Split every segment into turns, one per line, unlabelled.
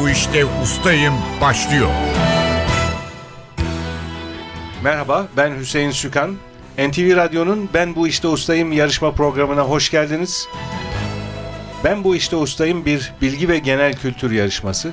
bu işte ustayım başlıyor.
Merhaba, ben Hüseyin Sükan. NTV Radyo'nun Ben Bu İşte Ustayım yarışma programına hoş geldiniz. Ben Bu İşte Ustayım bir bilgi ve genel kültür yarışması.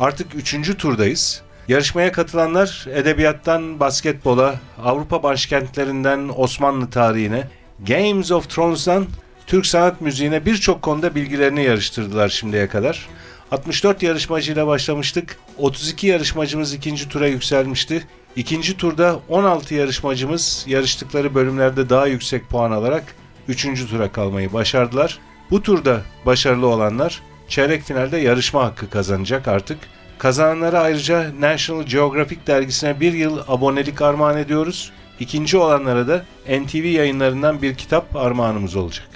Artık üçüncü turdayız. Yarışmaya katılanlar edebiyattan basketbola, Avrupa başkentlerinden Osmanlı tarihine, Games of Thrones'dan Türk sanat müziğine birçok konuda bilgilerini yarıştırdılar şimdiye kadar. 64 yarışmacıyla başlamıştık. 32 yarışmacımız ikinci tura yükselmişti. İkinci turda 16 yarışmacımız yarıştıkları bölümlerde daha yüksek puan alarak 3. tura kalmayı başardılar. Bu turda başarılı olanlar çeyrek finalde yarışma hakkı kazanacak artık. Kazananlara ayrıca National Geographic dergisine bir yıl abonelik armağan ediyoruz. İkinci olanlara da NTV yayınlarından bir kitap armağanımız olacak.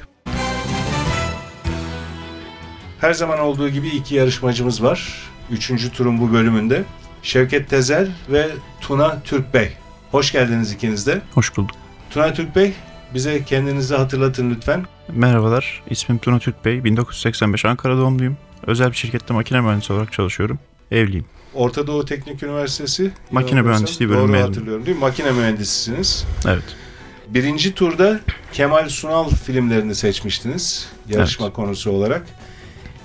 Her zaman olduğu gibi iki yarışmacımız var. Üçüncü turun bu bölümünde. Şevket Tezel ve Tuna Türkbey. Hoş geldiniz ikiniz de.
Hoş bulduk.
Tuna Türkbey bize kendinizi hatırlatın lütfen.
Merhabalar, ismim Tuna Türk Bey. 1985 Ankara doğumluyum. Özel bir şirkette makine mühendisi olarak çalışıyorum. Evliyim.
Orta Doğu Teknik Üniversitesi.
Makine
Yanılmıyorsam
mühendisliği bölümü
Doğru
mezunum.
hatırlıyorum değil mi? Makine mühendisisiniz.
Evet.
Birinci turda Kemal Sunal filmlerini seçmiştiniz yarışma konusu olarak.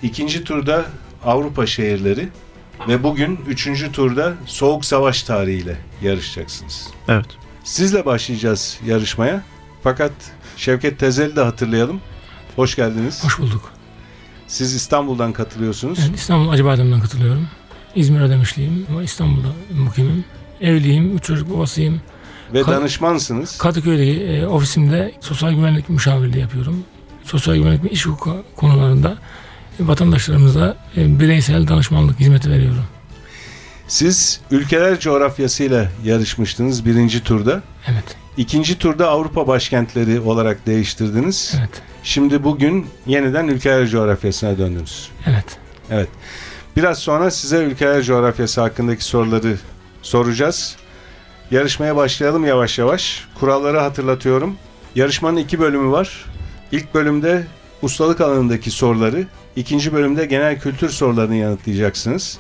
İkinci turda Avrupa şehirleri ve bugün üçüncü turda Soğuk Savaş tarihiyle yarışacaksınız.
Evet.
Sizle başlayacağız yarışmaya. Fakat Şevket Tezel'i de hatırlayalım. Hoş geldiniz.
Hoş bulduk.
Siz İstanbul'dan katılıyorsunuz.
Ben İstanbul Acıbadem'den katılıyorum. İzmir Ödemişliyim ama İstanbul'da mukimim. Evliyim, üç çocuk babasıyım.
Ve
Ka-
danışmansınız.
Kadıköy'deki e, ofisimde sosyal güvenlik müşavirliği yapıyorum. Sosyal güvenlik ve iş hukuku konularında e, vatandaşlarımıza e, bireysel danışmanlık hizmeti veriyorum.
Siz ülkeler coğrafyasıyla yarışmıştınız birinci turda.
Evet,
İkinci turda Avrupa başkentleri olarak değiştirdiniz.
evet,
Şimdi bugün yeniden ülkeler coğrafyasına döndünüz.
evet.
Biraz sonra size ülkeler coğrafyası hakkındaki soruları soracağız. Yarışmaya başlayalım yavaş yavaş. Kuralları hatırlatıyorum. Yarışmanın iki bölümü var. İlk bölümde ustalık alanındaki soruları, ikinci bölümde genel kültür sorularını yanıtlayacaksınız.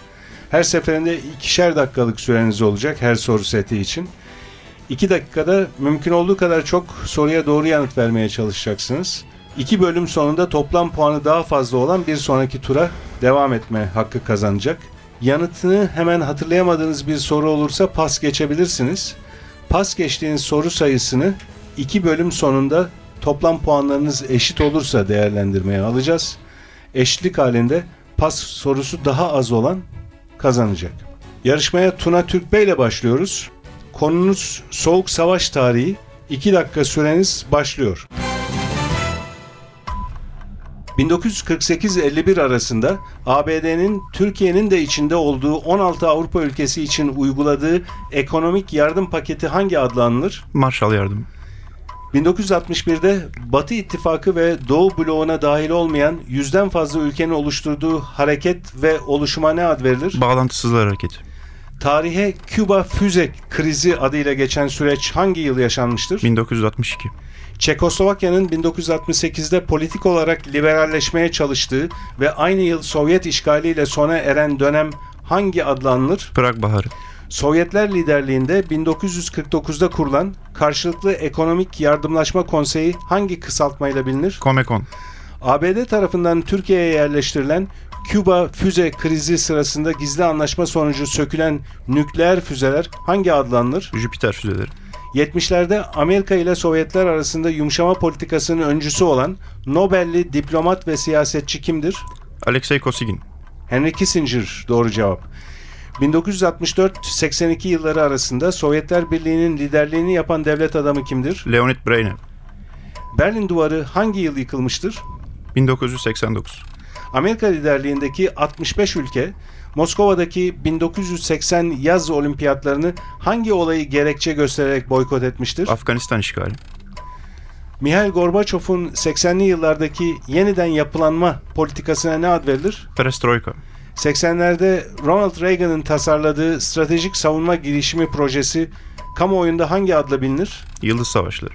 Her seferinde ikişer dakikalık süreniz olacak her soru seti için. İki dakikada mümkün olduğu kadar çok soruya doğru yanıt vermeye çalışacaksınız. İki bölüm sonunda toplam puanı daha fazla olan bir sonraki tura devam etme hakkı kazanacak. Yanıtını hemen hatırlayamadığınız bir soru olursa pas geçebilirsiniz. Pas geçtiğiniz soru sayısını iki bölüm sonunda toplam puanlarınız eşit olursa değerlendirmeye alacağız. Eşitlik halinde pas sorusu daha az olan kazanacak. Yarışmaya Tuna Türkbey ile başlıyoruz. Konunuz Soğuk Savaş tarihi. 2 dakika süreniz başlıyor. 1948-51 arasında ABD'nin Türkiye'nin de içinde olduğu 16 Avrupa ülkesi için uyguladığı ekonomik yardım paketi hangi adla anılır?
Marshall yardım.
1961'de Batı İttifakı ve Doğu bloğuna dahil olmayan yüzden fazla ülkenin oluşturduğu hareket ve oluşuma ne ad verilir?
Bağlantısızlar hareketi.
Tarihe Küba füze krizi adıyla geçen süreç hangi yıl yaşanmıştır?
1962.
Çekoslovakya'nın 1968'de politik olarak liberalleşmeye çalıştığı ve aynı yıl Sovyet işgaliyle sona eren dönem hangi adlanır?
Prag Baharı.
Sovyetler liderliğinde 1949'da kurulan Karşılıklı Ekonomik Yardımlaşma Konseyi hangi kısaltmayla bilinir?
Comecon.
ABD tarafından Türkiye'ye yerleştirilen Küba füze krizi sırasında gizli anlaşma sonucu sökülen nükleer füzeler hangi adlanır?
Jüpiter füzeleri.
70'lerde Amerika ile Sovyetler arasında yumuşama politikasının öncüsü olan Nobel'li diplomat ve siyasetçi kimdir?
Alexei Kosygin.
Henry Kissinger doğru cevap. 1964-82 yılları arasında Sovyetler Birliği'nin liderliğini yapan devlet adamı kimdir?
Leonid Brejnev.
Berlin Duvarı hangi yıl yıkılmıştır?
1989.
Amerika liderliğindeki 65 ülke Moskova'daki 1980 yaz olimpiyatlarını hangi olayı gerekçe göstererek boykot etmiştir?
Afganistan işgali.
Mihail Gorbaçov'un 80'li yıllardaki yeniden yapılanma politikasına ne ad verilir?
Perestroika.
80'lerde Ronald Reagan'ın tasarladığı stratejik savunma girişimi projesi kamuoyunda hangi adla bilinir?
Yıldız Savaşları.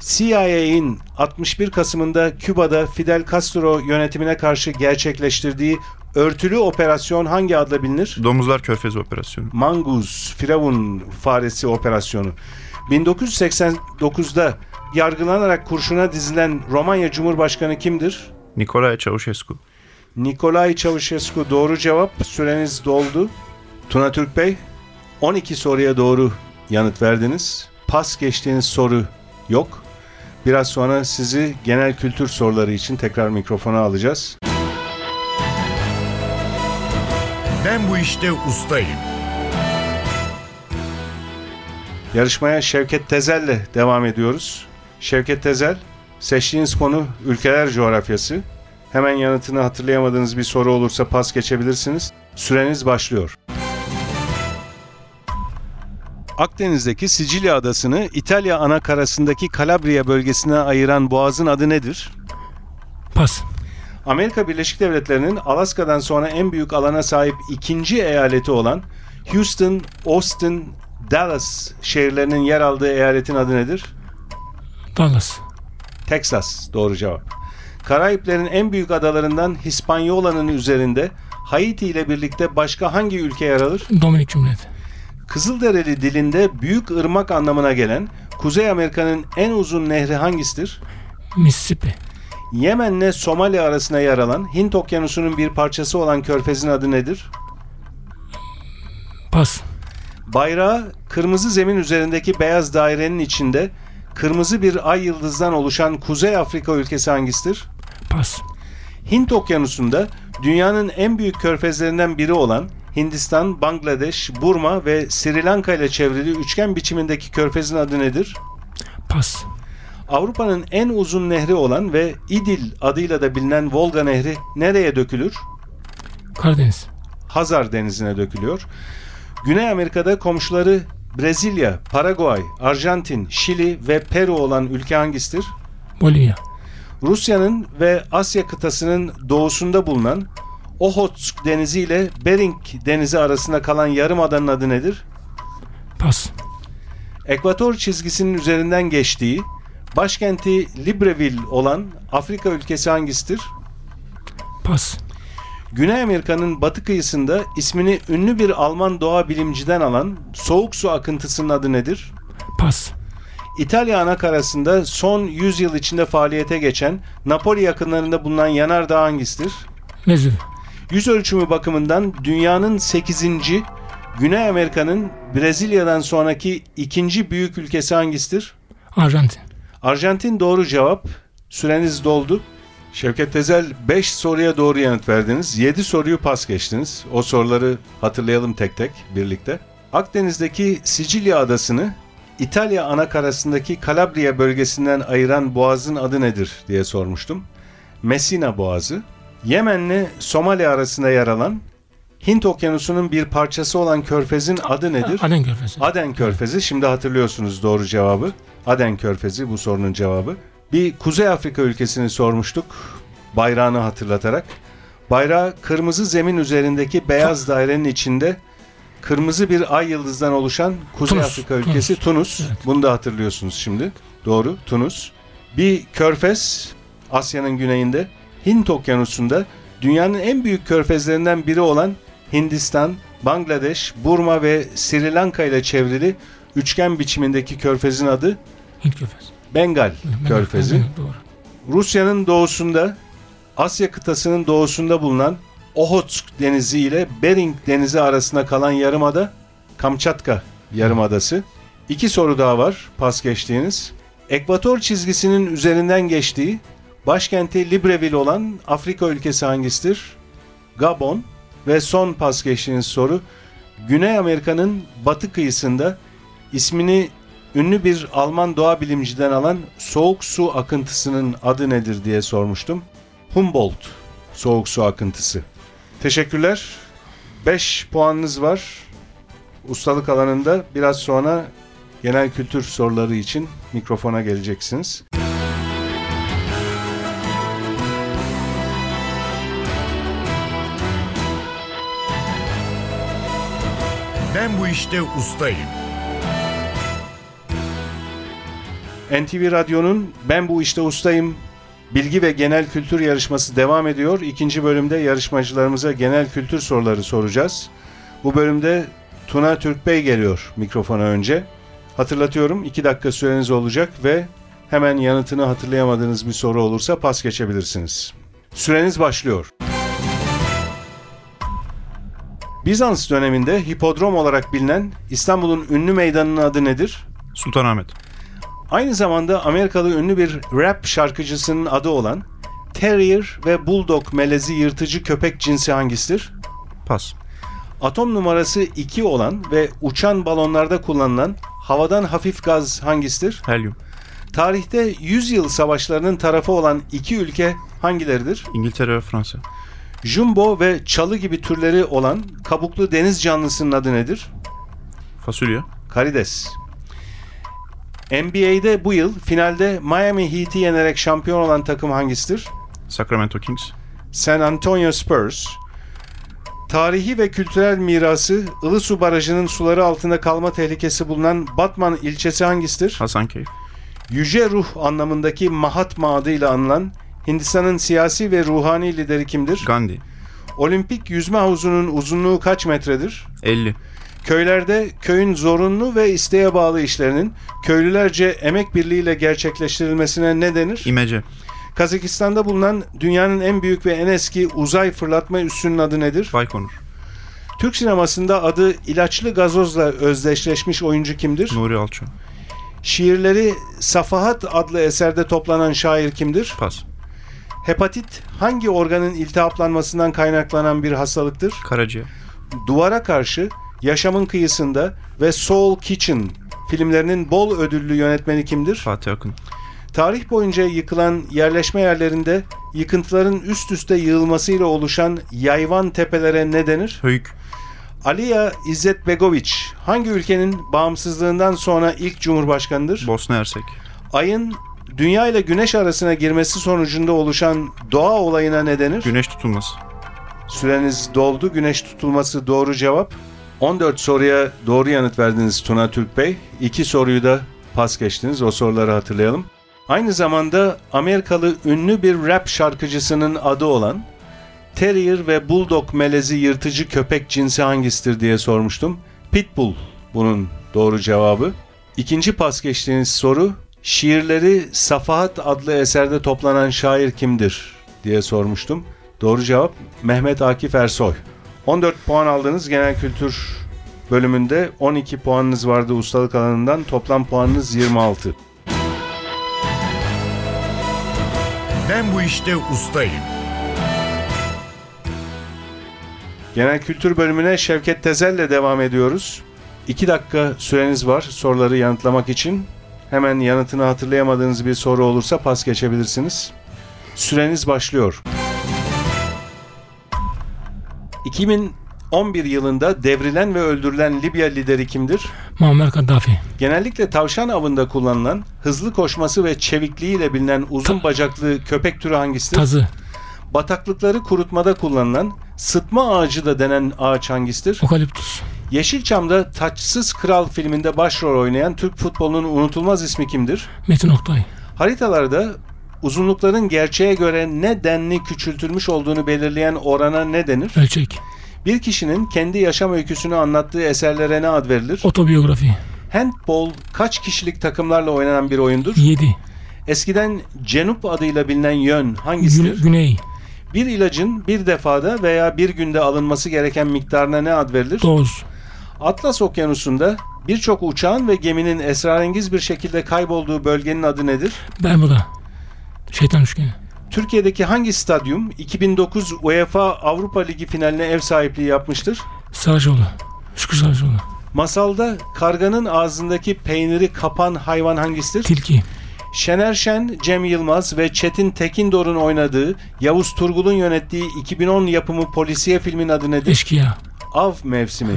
CIA'in 61 Kasım'ında Küba'da Fidel Castro yönetimine karşı gerçekleştirdiği Örtülü operasyon hangi adla bilinir?
Domuzlar Körfezi Operasyonu.
Manguz, Firavun faresi operasyonu. 1989'da yargılanarak kurşuna dizilen Romanya Cumhurbaşkanı kimdir?
Nikolay Çavuşescu.
Nikolay Çavuşescu doğru cevap. Süreniz doldu. Tuna Türk Bey 12 soruya doğru yanıt verdiniz. Pas geçtiğiniz soru yok. Biraz sonra sizi genel kültür soruları için tekrar mikrofona alacağız.
Ben bu işte ustayım.
Yarışmaya Şevket Tezel'le devam ediyoruz. Şevket Tezel, seçtiğiniz konu ülkeler coğrafyası. Hemen yanıtını hatırlayamadığınız bir soru olursa pas geçebilirsiniz. Süreniz başlıyor. Akdeniz'deki Sicilya adasını İtalya ana karasındaki Kalabriya bölgesine ayıran boğazın adı nedir?
Pas.
Amerika Birleşik Devletleri'nin Alaska'dan sonra en büyük alana sahip ikinci eyaleti olan Houston, Austin, Dallas şehirlerinin yer aldığı eyaletin adı nedir?
Dallas.
Texas doğru cevap. Karayiplerin en büyük adalarından Hispaniola'nın üzerinde Haiti ile birlikte başka hangi ülke yer alır?
Dominik Cumhuriyeti.
Kızılderili dilinde büyük ırmak anlamına gelen Kuzey Amerika'nın en uzun nehri hangisidir?
Mississippi.
Yemen'le Somali arasına yer alan Hint Okyanusu'nun bir parçası olan körfezin adı nedir?
Pas.
Bayrağı kırmızı zemin üzerindeki beyaz dairenin içinde kırmızı bir ay yıldızdan oluşan Kuzey Afrika ülkesi hangisidir?
Pas.
Hint Okyanusu'nda dünyanın en büyük körfezlerinden biri olan Hindistan, Bangladeş, Burma ve Sri Lanka ile çevrili üçgen biçimindeki körfezin adı nedir?
Pas.
Avrupa'nın en uzun nehri olan ve İdil adıyla da bilinen Volga Nehri nereye dökülür?
Karadeniz.
Hazar Denizi'ne dökülüyor. Güney Amerika'da komşuları Brezilya, Paraguay, Arjantin, Şili ve Peru olan ülke hangisidir?
Bolivya.
Rusya'nın ve Asya kıtasının doğusunda bulunan Ohotsk Denizi ile Bering Denizi arasında kalan yarımadanın adı nedir?
Pas.
Ekvator çizgisinin üzerinden geçtiği, başkenti Libreville olan Afrika ülkesi hangisidir?
Pas.
Güney Amerika'nın batı kıyısında ismini ünlü bir Alman doğa bilimciden alan soğuk su akıntısının adı nedir?
Pas.
İtalya ana karasında son 100 yıl içinde faaliyete geçen Napoli yakınlarında bulunan yanardağ hangisidir?
Vezüv.
Yüz ölçümü bakımından dünyanın 8. Güney Amerika'nın Brezilya'dan sonraki ikinci büyük ülkesi hangisidir?
Arjantin.
Arjantin doğru cevap. Süreniz doldu. Şevket Tezel 5 soruya doğru yanıt verdiniz. 7 soruyu pas geçtiniz. O soruları hatırlayalım tek tek birlikte. Akdeniz'deki Sicilya adasını İtalya ana karasındaki Kalabriya bölgesinden ayıran boğazın adı nedir diye sormuştum. Messina Boğazı. Yemen'le Somali arasında yer alan Hint Okyanusu'nun bir parçası olan körfezin adı nedir?
Aden Körfezi.
Aden Körfezi şimdi hatırlıyorsunuz doğru cevabı. Aden Körfezi bu sorunun cevabı. Bir Kuzey Afrika ülkesini sormuştuk bayrağını hatırlatarak. Bayrağı kırmızı zemin üzerindeki beyaz dairenin içinde kırmızı bir ay yıldızdan oluşan Kuzey
Tunus,
Afrika ülkesi Tunus. Bunu da hatırlıyorsunuz şimdi. Doğru Tunus. Bir körfez Asya'nın güneyinde Hint Okyanusu'nda dünyanın en büyük körfezlerinden biri olan Hindistan, Bangladeş, Burma ve Sri Lanka ile çevrili üçgen biçimindeki körfezin adı
Hint Körfezi.
Bengal körfezi.
Doğru.
Rusya'nın doğusunda Asya kıtasının doğusunda bulunan Ohotsk Denizi ile Bering Denizi arasında kalan yarımada Kamçatka yarımadası. İki soru daha var pas geçtiğiniz. Ekvator çizgisinin üzerinden geçtiği başkenti Libreville olan Afrika ülkesi hangisidir? Gabon ve son pas geçtiğiniz soru Güney Amerika'nın batı kıyısında ismini ünlü bir Alman doğa bilimciden alan soğuk su akıntısının adı nedir diye sormuştum. Humboldt soğuk su akıntısı. Teşekkürler. 5 puanınız var. Ustalık alanında biraz sonra genel kültür soruları için mikrofona geleceksiniz.
Ben bu işte ustayım.
NTV Radyo'nun Ben Bu İşte Ustayım Bilgi ve genel kültür yarışması devam ediyor. İkinci bölümde yarışmacılarımıza genel kültür soruları soracağız. Bu bölümde Tuna Türkbey geliyor mikrofona önce. Hatırlatıyorum 2 dakika süreniz olacak ve hemen yanıtını hatırlayamadığınız bir soru olursa pas geçebilirsiniz. Süreniz başlıyor. Bizans döneminde hipodrom olarak bilinen İstanbul'un ünlü meydanının adı nedir?
Sultanahmet.
Aynı zamanda Amerikalı ünlü bir rap şarkıcısının adı olan Terrier ve Bulldog melezi yırtıcı köpek cinsi hangisidir?
Pas.
Atom numarası 2 olan ve uçan balonlarda kullanılan havadan hafif gaz hangisidir?
Helyum.
Tarihte 100 yıl savaşlarının tarafı olan iki ülke hangileridir?
İngiltere ve Fransa.
Jumbo ve çalı gibi türleri olan kabuklu deniz canlısının adı nedir?
Fasulye.
Karides. NBA'de bu yıl finalde Miami Heat'i yenerek şampiyon olan takım hangisidir?
Sacramento Kings.
San Antonio Spurs. Tarihi ve kültürel mirası Ilısu Barajı'nın suları altında kalma tehlikesi bulunan Batman ilçesi hangisidir?
Hasankeyf.
Yüce ruh anlamındaki Mahatma adıyla anılan Hindistan'ın siyasi ve ruhani lideri kimdir?
Gandhi.
Olimpik yüzme havuzunun uzunluğu kaç metredir?
50.
Köylerde köyün zorunlu ve isteğe bağlı işlerinin köylülerce emek birliğiyle gerçekleştirilmesine ne denir?
İmece.
Kazakistan'da bulunan dünyanın en büyük ve en eski uzay fırlatma üssünün adı nedir?
Baykonur.
Türk sinemasında adı ilaçlı gazozla özdeşleşmiş oyuncu kimdir?
Nuri Alço.
Şiirleri Safahat adlı eserde toplanan şair kimdir?
Pas.
Hepatit hangi organın iltihaplanmasından kaynaklanan bir hastalıktır?
Karaciğer.
Duvara karşı Yaşamın Kıyısında ve Soul Kitchen filmlerinin bol ödüllü yönetmeni kimdir?
Fatih Akın.
Tarih boyunca yıkılan yerleşme yerlerinde yıkıntıların üst üste yığılmasıyla oluşan yayvan tepelere ne denir?
Höyük.
Aliya İzzet Begoviç hangi ülkenin bağımsızlığından sonra ilk cumhurbaşkanıdır?
Bosna Ersek.
Ayın Dünya ile Güneş arasına girmesi sonucunda oluşan doğa olayına ne denir?
Güneş tutulması.
Süreniz doldu. Güneş tutulması doğru cevap. 14 soruya doğru yanıt verdiniz Tuna Türk Bey. İki soruyu da pas geçtiniz. O soruları hatırlayalım. Aynı zamanda Amerikalı ünlü bir rap şarkıcısının adı olan Terrier ve Bulldog melezi yırtıcı köpek cinsi hangisidir diye sormuştum. Pitbull bunun doğru cevabı. İkinci pas geçtiğiniz soru şiirleri Safahat adlı eserde toplanan şair kimdir diye sormuştum. Doğru cevap Mehmet Akif Ersoy. 14 puan aldınız genel kültür bölümünde 12 puanınız vardı ustalık alanından toplam puanınız 26.
Ben bu işte ustayım.
Genel kültür bölümüne Şevket Tezel'le devam ediyoruz. 2 dakika süreniz var soruları yanıtlamak için. Hemen yanıtını hatırlayamadığınız bir soru olursa pas geçebilirsiniz. Süreniz başlıyor. 2011 yılında devrilen ve öldürülen Libya lideri kimdir?
Muammer Kaddafi.
Genellikle tavşan avında kullanılan, hızlı koşması ve çevikliğiyle bilinen uzun
Ta-
bacaklı köpek türü hangisidir?
Tazı.
Bataklıkları kurutmada kullanılan, sıtma ağacı da denen ağaç hangisidir?
Okaliptus.
Yeşilçam'da Taçsız Kral filminde başrol oynayan Türk futbolunun unutulmaz ismi kimdir?
Metin Oktay.
Haritalarda uzunlukların gerçeğe göre ne denli küçültülmüş olduğunu belirleyen orana ne denir?
Ölçek.
Bir kişinin kendi yaşam öyküsünü anlattığı eserlere ne ad verilir?
Otobiyografi.
Handball kaç kişilik takımlarla oynanan bir oyundur?
7.
Eskiden Cenup adıyla bilinen yön hangisidir?
Güney.
Bir ilacın bir defada veya bir günde alınması gereken miktarına ne ad verilir?
Doğuz.
Atlas Okyanusu'nda birçok uçağın ve geminin esrarengiz bir şekilde kaybolduğu bölgenin adı nedir?
Bermuda. Şeytan Üçgeni.
Türkiye'deki hangi stadyum 2009 UEFA Avrupa Ligi finaline ev sahipliği yapmıştır?
Saracoğlu. Şükrü Saracoğlu.
Masalda karganın ağzındaki peyniri kapan hayvan hangisidir?
Tilki.
Şener Şen, Cem Yılmaz ve Çetin Tekindor'un oynadığı, Yavuz Turgul'un yönettiği 2010 yapımı polisiye filmin adı nedir?
Eşkıya.
Av mevsimi.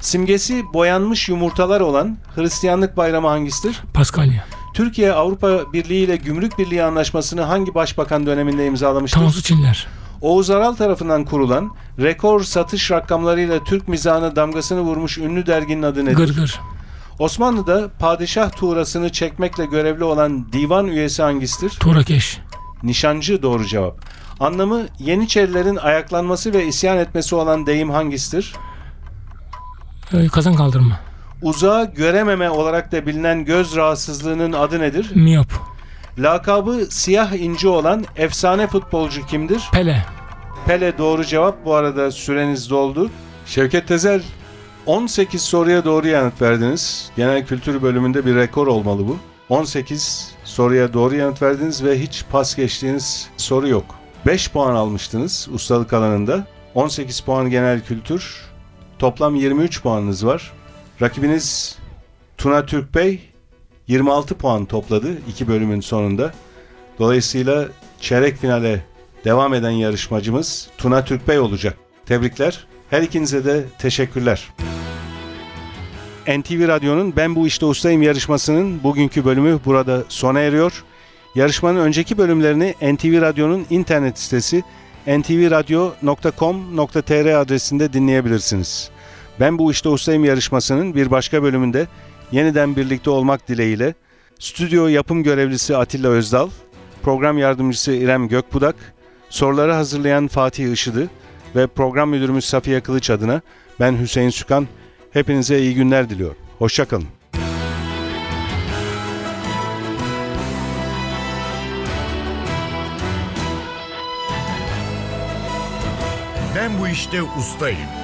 Simgesi boyanmış yumurtalar olan Hristiyanlık bayramı hangisidir?
Paskalya.
Türkiye Avrupa Birliği ile Gümrük Birliği anlaşmasını hangi başbakan döneminde imzalamıştır?
Tansu Çinler.
Oğuz Aral tarafından kurulan, rekor satış rakamlarıyla Türk mizahına damgasını vurmuş ünlü derginin adı nedir?
Gırgır.
Osmanlı'da padişah tuğrasını çekmekle görevli olan divan üyesi hangisidir?
Tuğrakeş.
Nişancı doğru cevap. Anlamı Yeniçerilerin ayaklanması ve isyan etmesi olan deyim hangisidir?
E, kazan kaldırma.
Uzağa görememe olarak da bilinen göz rahatsızlığının adı nedir?
Miyop.
Lakabı siyah inci olan efsane futbolcu kimdir?
Pele.
Pele doğru cevap. Bu arada süreniz doldu. Şevket Tezel 18 soruya doğru yanıt verdiniz. Genel kültür bölümünde bir rekor olmalı bu. 18 soruya doğru yanıt verdiniz ve hiç pas geçtiğiniz soru yok. 5 puan almıştınız ustalık alanında. 18 puan genel kültür. Toplam 23 puanınız var. Rakibiniz Tuna Türkbey 26 puan topladı 2 bölümün sonunda. Dolayısıyla çeyrek finale devam eden yarışmacımız Tuna Türkbey olacak. Tebrikler. Her ikinize de teşekkürler. NTV Radyo'nun Ben Bu İşte Ustayım yarışmasının bugünkü bölümü burada sona eriyor. Yarışmanın önceki bölümlerini NTV Radyo'nun internet sitesi ntvradio.com.tr adresinde dinleyebilirsiniz. Ben Bu İşte Ustayım yarışmasının bir başka bölümünde yeniden birlikte olmak dileğiyle stüdyo yapım görevlisi Atilla Özdal, program yardımcısı İrem Gökbudak, soruları hazırlayan Fatih Işıdı ve program müdürümüz Safiye Kılıç adına ben Hüseyin Sükan hepinize iyi günler diliyorum. Hoşçakalın.
Ben bu işte ustayım.